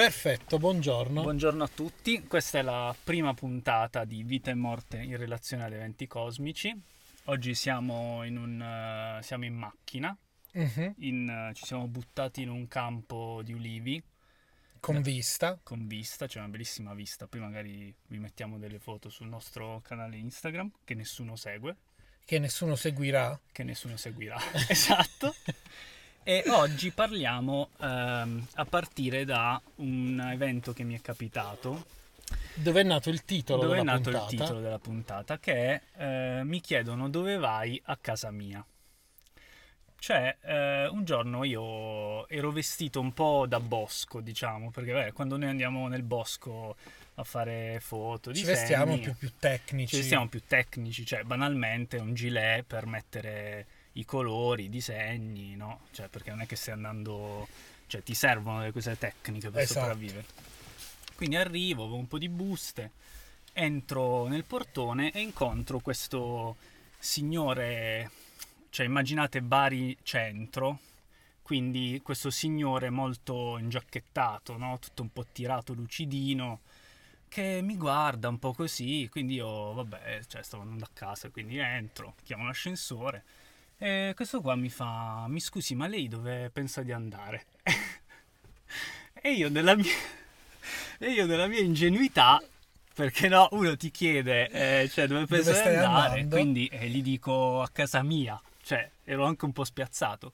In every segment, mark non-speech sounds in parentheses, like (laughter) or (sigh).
Perfetto, buongiorno. Buongiorno a tutti, questa è la prima puntata di Vita e Morte in relazione ad eventi cosmici. Oggi siamo in, un, eh, siamo in macchina, Mhm, in, eh, ci siamo buttati in un campo di ulivi Con vista. con vista, c'è una bellissima vista. Poi magari vi mettiamo delle foto sul nostro canale Instagram che nessuno segue, Che nessuno seguirà. che nessuno seguirà. (laughs) esatto. E oggi parliamo ehm, a partire da un evento che mi è capitato Dove è nato il titolo Dove è della nato puntata? il titolo della puntata? Che è eh, Mi chiedono dove vai a casa mia. Cioè, eh, un giorno io ero vestito un po' da bosco, diciamo, perché beh, quando noi andiamo nel bosco a fare foto, Ci disegni, vestiamo più, più tecnici. ci vestiamo più tecnici, cioè banalmente un gilet per mettere i colori, i disegni, no? Cioè, perché non è che stai andando, cioè ti servono delle cose tecniche per Esatto. sopravvivere. Quindi arrivo, avevo un po' di buste, entro nel portone e incontro questo signore, cioè immaginate Bari centro, quindi questo signore molto ingiacchettato, no? tutto un po' tirato, lucidino, che mi guarda un po' così, quindi io, vabbè, cioè, stavo andando a casa, quindi entro, chiamo l'ascensore e questo qua mi fa, mi scusi, ma lei dove pensa di andare? (laughs) e io della mia... E io della mia ingenuità, perché no, uno ti chiede eh, cioè, dove Dove pensa di stai andare, andando? quindi eh, gli dico a casa mia, cioè ero anche un po' spiazzato.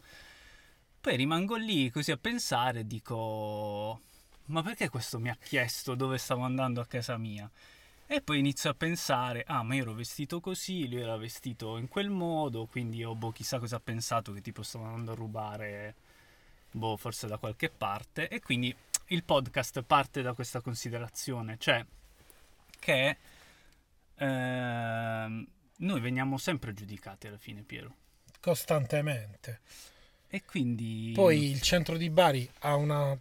Poi rimango lì così a pensare e dico: Ma perché questo mi ha chiesto dove stavo andando a casa mia? E poi inizio a pensare: Ah, ma io ero vestito così, lui era vestito in quel modo, quindi oh, boh, chissà cosa ha pensato che tipo stavo andando a rubare, boh, forse da qualche parte. E quindi il podcast parte da questa considerazione, cioè che ehm, noi veniamo sempre giudicati alla fine, Piero. Costantemente. E quindi. Poi il centro di Bari ha una.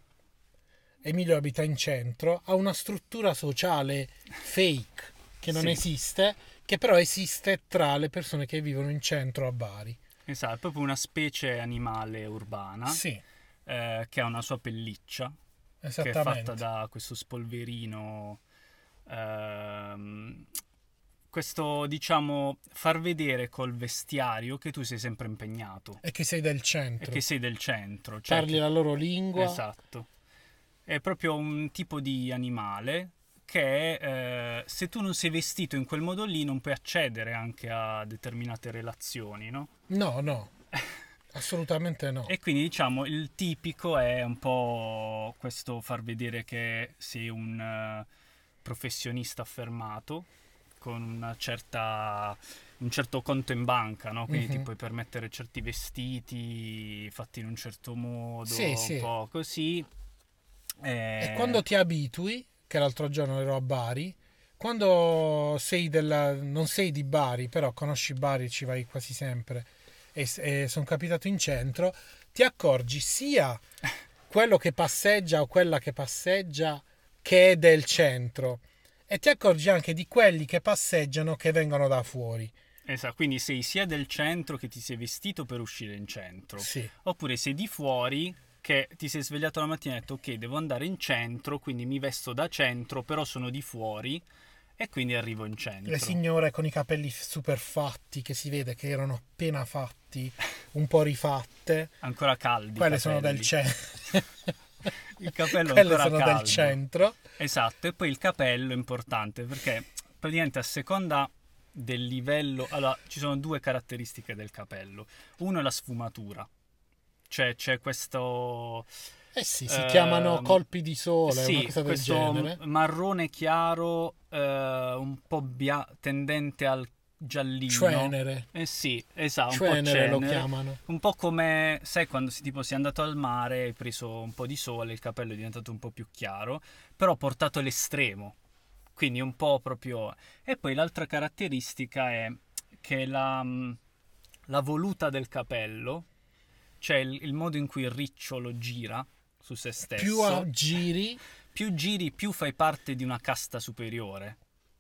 Emilio abita in centro, ha una struttura sociale fake che non Sì. esiste, che però esiste tra le persone che vivono in centro a Bari. Esatto, è proprio una specie animale urbana Sì, eh, che ha una sua pelliccia che Ah. è esattamente. fatta da questo spolverino. ehm, questo diciamo far vedere col vestiario che tu sei sempre impegnato E che sei del e centro. che sei del centro. Cioè Certo. Parli la loro lingua. Esatto. È proprio un tipo di animale che eh, se tu non sei vestito in quel modo lì non puoi accedere anche a determinate relazioni, no? No, no. (laughs) Assolutamente no. E quindi diciamo il tipico è un po' questo far vedere che sei un eh, professionista affermato con una certa, un certo conto in banca, no? quindi ti Mhm. puoi permettere certi vestiti fatti in un certo modo, Sì, un sì. po' così. E quando ti abitui, che l'altro giorno ero a Bari, quando sei della, non sei di Bari, però conosci Bari, ci vai quasi sempre, e, sono capitato in centro, ti accorgi sia quello che passeggia o quella che passeggia che è del centro. E ti accorgi anche di quelli che passeggiano che vengono da fuori. Esatto, quindi sei sia del centro che ti sei vestito per uscire in centro, Sì, oppure sei di fuori che ti sei svegliato la mattina e hai detto ok devo andare in centro, quindi mi vesto da centro, però sono di fuori e quindi arrivo in centro. le signore con i capelli super fatti, che si vede che erano appena fatti, un po' (laughs) rifatte. Ancora caldi. i Quelle sono capelli. del centro. (laughs) Il capello Quelle ancora sono caldo. del centro. Esatto, e poi il capello è importante perché praticamente a seconda del livello, allora ci sono due caratteristiche del capello. Uno è la sfumatura. Cioè c'è questo Eh sì, si Ehm, chiamano colpi di sole, sì, una cosa del questo genere. m- marrone chiaro, eh, un po' bia- tendente al giallino. Cenere. Eh sì, esatto, un po' Cenere cenere. lo chiamano. Un po' come, sai, quando si, tipo, sei andato al mare, hai preso un po' di sole, il capello è diventato un po' più chiaro, però portato all'estremo. Quindi un po' proprio... E poi l'altra caratteristica è che la, mh, la voluta del capello, cioè il, il modo in cui il ricciolo gira su se stesso, Più a giri, più giri, più fai parte di una casta superiore.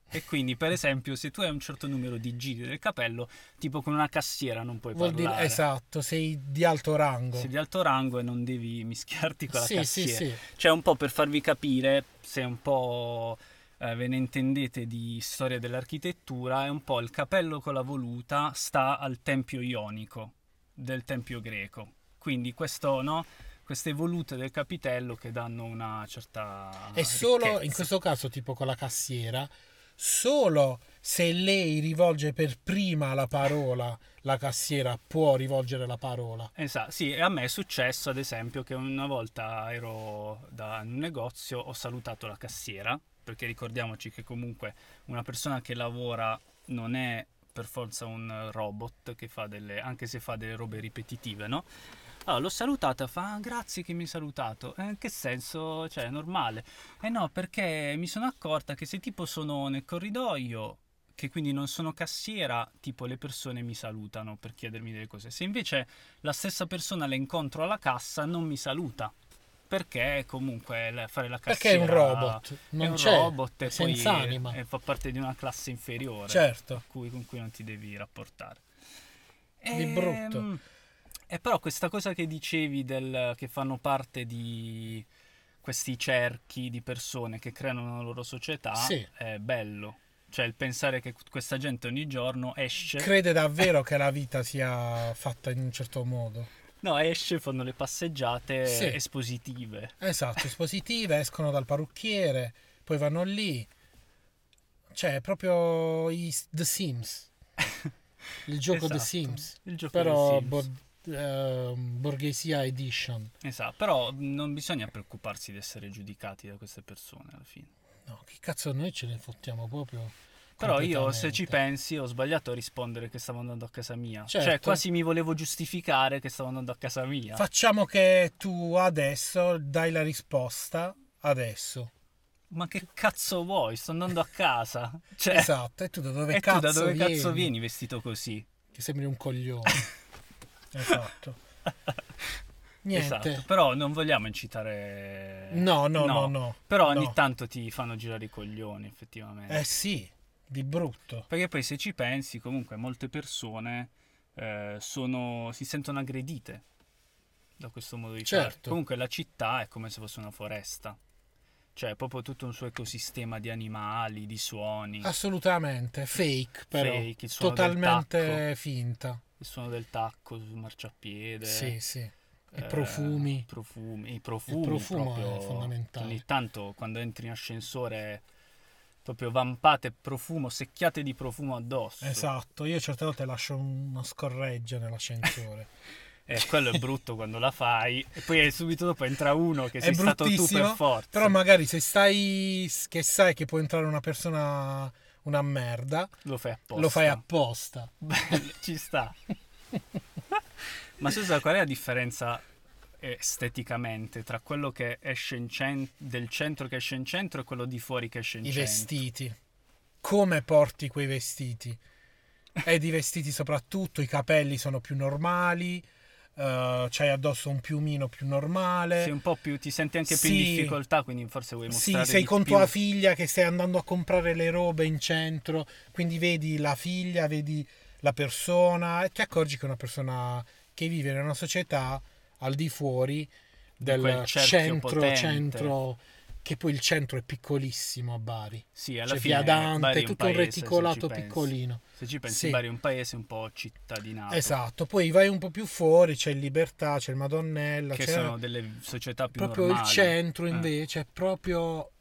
E quindi, per esempio, se tu hai un certo numero di giri del capello, tipo con una cassiera non puoi Vuol dire, parlare. esatto, sei di alto rango. Sei di alto rango e non devi (laughs) mischiarti con la sì, sì, cassiera. sì. Cioè, un po' per farvi capire, se un po' eh, ve ne intendete di storia dell'architettura, è un po' il capello con la voluta sta al tempio ionico del tempio greco. Quindi questo, no? Queste volute del capitello che danno una certa. È solo, in ricchezza. questo caso, tipo con la cassiera, solo se lei rivolge per prima la parola, la cassiera può rivolgere la parola. Esatto, sì, e a me è successo ad esempio che una volta ero da in un negozio, ho salutato la cassiera, perché ricordiamoci che comunque una persona che lavora non è per forza un robot che fa delle, anche se fa delle robe ripetitive, no? Allora l'ho salutata, fa "Ah, grazie che mi hai salutato, "Eh, in che senso? Cioè è normale. Eh no, perché mi sono accorta che se tipo sono nel corridoio che quindi non sono cassiera, tipo le persone mi salutano per chiedermi delle cose. Se invece la stessa persona la incontro alla cassa, non mi saluta. Perché comunque la- fare la Perché cassiera è un robot, non è un c'è, robot è e senza poi anima. eh, fa parte di una classe inferiore Certo. cui- con cui non ti devi rapportare. Di brutto. Ehm, E però questa cosa che dicevi del, che fanno parte di questi cerchi di persone che creano una loro società Sì. è bello. Cioè il pensare che questa gente ogni giorno esce Crede davvero che la vita sia fatta in un certo modo. No, esce, fanno le passeggiate Sì. espositive. Esatto, espositive, escono dal parrucchiere, poi vanno lì. Cioè, è proprio i The Sims. Il gioco The Esatto, Sims. Il gioco Però boh, dei bor- Sims. ehm, Borghesia Edition. Esatto, però non bisogna preoccuparsi di essere giudicati da queste persone alla fine. No, che cazzo noi ce ne fottiamo proprio. Però io, se ci completamente. pensi, ho sbagliato a rispondere che stavo andando a casa mia. Cioè, Certo. quasi mi volevo giustificare che stavo andando a casa mia. Facciamo che tu adesso dai la risposta adesso. Ma che cazzo vuoi? Sto andando a (laughs) casa. Cioè, Esatto, e tu da dove e cazzo tu da dove vieni? cazzo vieni vestito così? Che sembri un (laughs) coglione. esatto. Niente. Esatto. Però non vogliamo incitare. No, no, no, no. Però ogni No. tanto ti fanno girare i coglioni, effettivamente. Eh sì, di brutto. Perché poi se ci pensi, comunque molte persone eh, sono- si sentono aggredite da questo modo di fare. Certo. Comunque la città è come se fosse una foresta. Cioè, è proprio tutto un suo ecosistema di animali, di suoni, Ah. Assolutamente fake però. Fake, il suono del Totalmente finta. il suono del tacco sul marciapiede. Sì, sì. I eh, profumi. profumi- I profumi. Il profumo proprio. è fondamentale. Ogni tanto quando entri in ascensore proprio vampate profumo, secchiate di profumo addosso. Esatto, io certe volte lascio una scorreggia (laughs) nell'ascensore. E Eh, quello è brutto quando la fai. E poi subito dopo entra uno che È sei stato tu per bruttissimo, forza. Però magari se stai che sai che può entrare una persona una merda, Lo fai apposta. lo fai apposta. Bello, (laughs) Ci sta. Ma scusa, qual è la differenza eh, esteticamente tra quello che esce in cen- del centro che esce in centro e quello di fuori che esce in I centro? vestiti. Come porti quei vestiti? E di vestiti soprattutto, i capelli sono più normali, eh, c'hai addosso un piumino più normale. Sei un po' più, ti senti anche più in Sì. difficoltà, quindi forse vuoi Sì, mostrare sei di con più. tua figlia che stai andando a comprare le robe in centro, quindi vedi la figlia, vedi la persona e ti accorgi che è una persona che vive in una società al di fuori del quel cerchio centro, potente. centro, che poi il centro è piccolissimo a Bari. Sì, alla C'è fine cioè, via Dante, Bari è è un tutto un paese, se ci reticolato pensi. piccolino. Se ci pensi, Sì. Bari è un paese un po' cittadinato. Esatto, poi vai un po' più fuori, c'è il Libertà, c'è il Madonnella, Che c'è sono delle società più proprio normali. il centro Eh. invece, è proprio...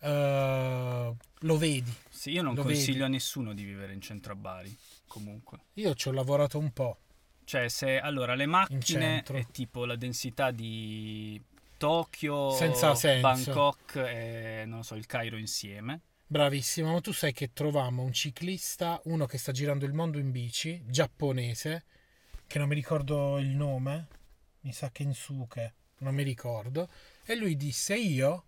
eh, lo vedi Sì, io non Lo consiglio vedi? a nessuno di vivere in centro a Bari, comunque. Io ci ho lavorato un po'. Cioè, se allora le macchine centro. è tipo la densità di Tokyo, Senza senso. Bangkok e non lo so, il Cairo insieme. Bravissimo, ma tu sai che trovammo un ciclista, uno che sta girando il mondo in bici, giapponese, che non mi ricordo il nome, mi sa che Insuke, non mi ricordo, e lui disse io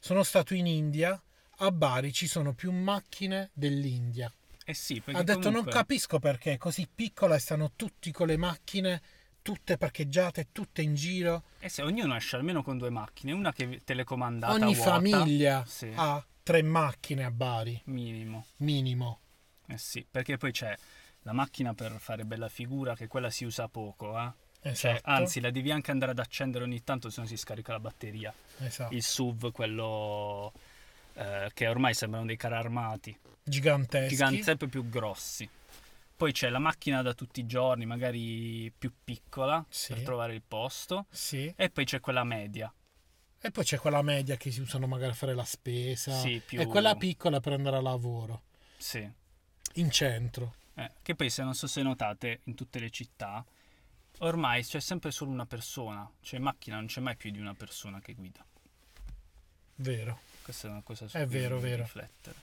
sono stato in India, a Bari ci sono più macchine dell'India. Eh sì, perché Ha detto non comunque- capisco perché è così piccola e stanno tutti con le macchine, tutte parcheggiate, tutte in giro, Eh sì, ognuno esce almeno con due macchine, una che è telecomandata ogni vuota. famiglia Sì. ha tre macchine a Bari, minimo. minimo. Eh sì, perché poi c'è la macchina per fare bella figura, che quella si usa poco, eh. Cioè, Esatto. anzi, la devi anche andare ad accendere ogni tanto, se no si scarica la batteria. esatto. Il SUV, quello eh, che ormai sembrano dei carri armati, giganteschi. giganti sempre più grossi. Poi c'è la macchina da tutti i giorni, magari più piccola, Sì. per trovare il posto. Sì. E poi c'è quella media. E poi c'è quella media che si usano magari a fare la spesa. Sì, più... E quella piccola per andare a lavoro, Sì. in centro. Eh, che poi, se non so se notate, in tutte le città ormai c'è sempre solo una persona, cioè in macchina non c'è mai più di una persona che guida. Vero. Questa è una cosa su È cui vero, devi vero. riflettere.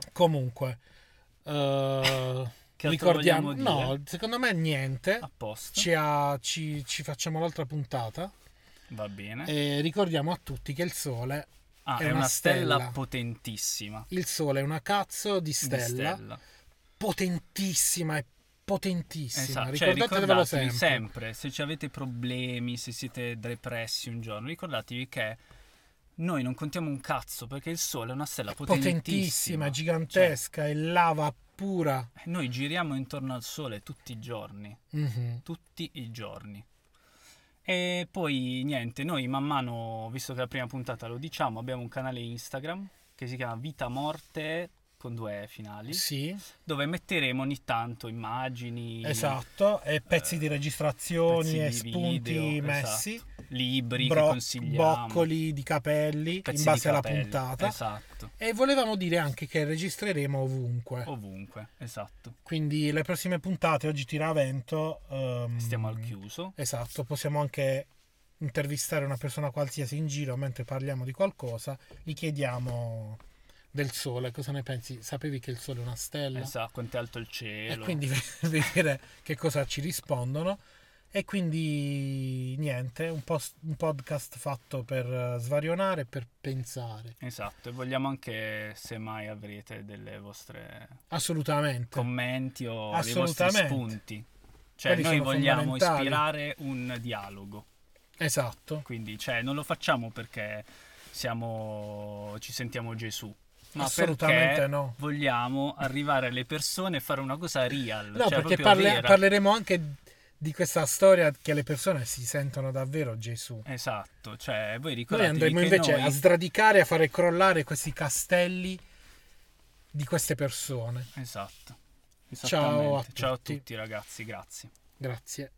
(laughs) Comunque, eh, Che altro ricordiamo... vogliamo dire? Ah. No, secondo me niente. Apposta, Ci, ha- ci- ci facciamo l'altra puntata va bene. e ricordiamo a tutti che il sole, ah, è è una, una stella, stella. potentissima. il sole è una cazzo di di stella, stella. potentissima e potentissima. Esatto, cioè, Ricordatevelo ricordatevi sempre. sempre. se ci avete problemi, se siete depressi un giorno, ricordatevi che noi non contiamo un cazzo perché il Sole è una stella potentissima. potentissima, gigantesca e lava pura. Cioè, noi giriamo intorno al Sole tutti i giorni, Mhm. tutti i giorni. E poi niente, noi man mano, visto che la prima puntata lo diciamo, abbiamo un canale Instagram che si chiama Vita Morte con due E finali. Sì, dove metteremo ogni tanto immagini, esatto, e pezzi di registrazioni Eh, pezzi e di spunti video, esatto. messi, libri bro- che consigliamo, boccoli di capelli pezzi in base di alla capelli. puntata. Esatto, E volevamo dire anche che registreremo ovunque. Oh. ovunque, esatto. Quindi le prossime puntate oggi tira vento. ehm, Stiamo al chiuso. Esatto, possiamo anche intervistare una persona qualsiasi in giro mentre parliamo di qualcosa, gli chiediamo del sole, cosa ne pensi? Sapevi che il sole è una stella? Esatto, quanto è alto il E cielo. quindi (laughs) vedere che cosa ci rispondono. E quindi niente, un, post- un podcast fatto per eh, svarionare, per pensare. Esatto, e vogliamo anche se mai avrete delle vostre Assolutamente. commenti o dei vostri Assolutamente. spunti. Cioè, Quelli noi sono vogliamo fondamentali. ispirare un dialogo. esatto. Quindi, cioè, non lo facciamo perché siamo, ci sentiamo Gesù. Ma Assolutamente perché no. vogliamo arrivare alle persone e fare una cosa real. No, cioè perché proprio parle- vera. parleremo anche di questa storia che le persone si sentono davvero Gesù. Esatto, cioè, voi Noi ricordatevi andremo che invece noi- a sradicare, a fare crollare questi castelli di queste persone. Esatto. Ciao a Esattamente. Ciao a tutti. tutti ragazzi, grazie. Grazie.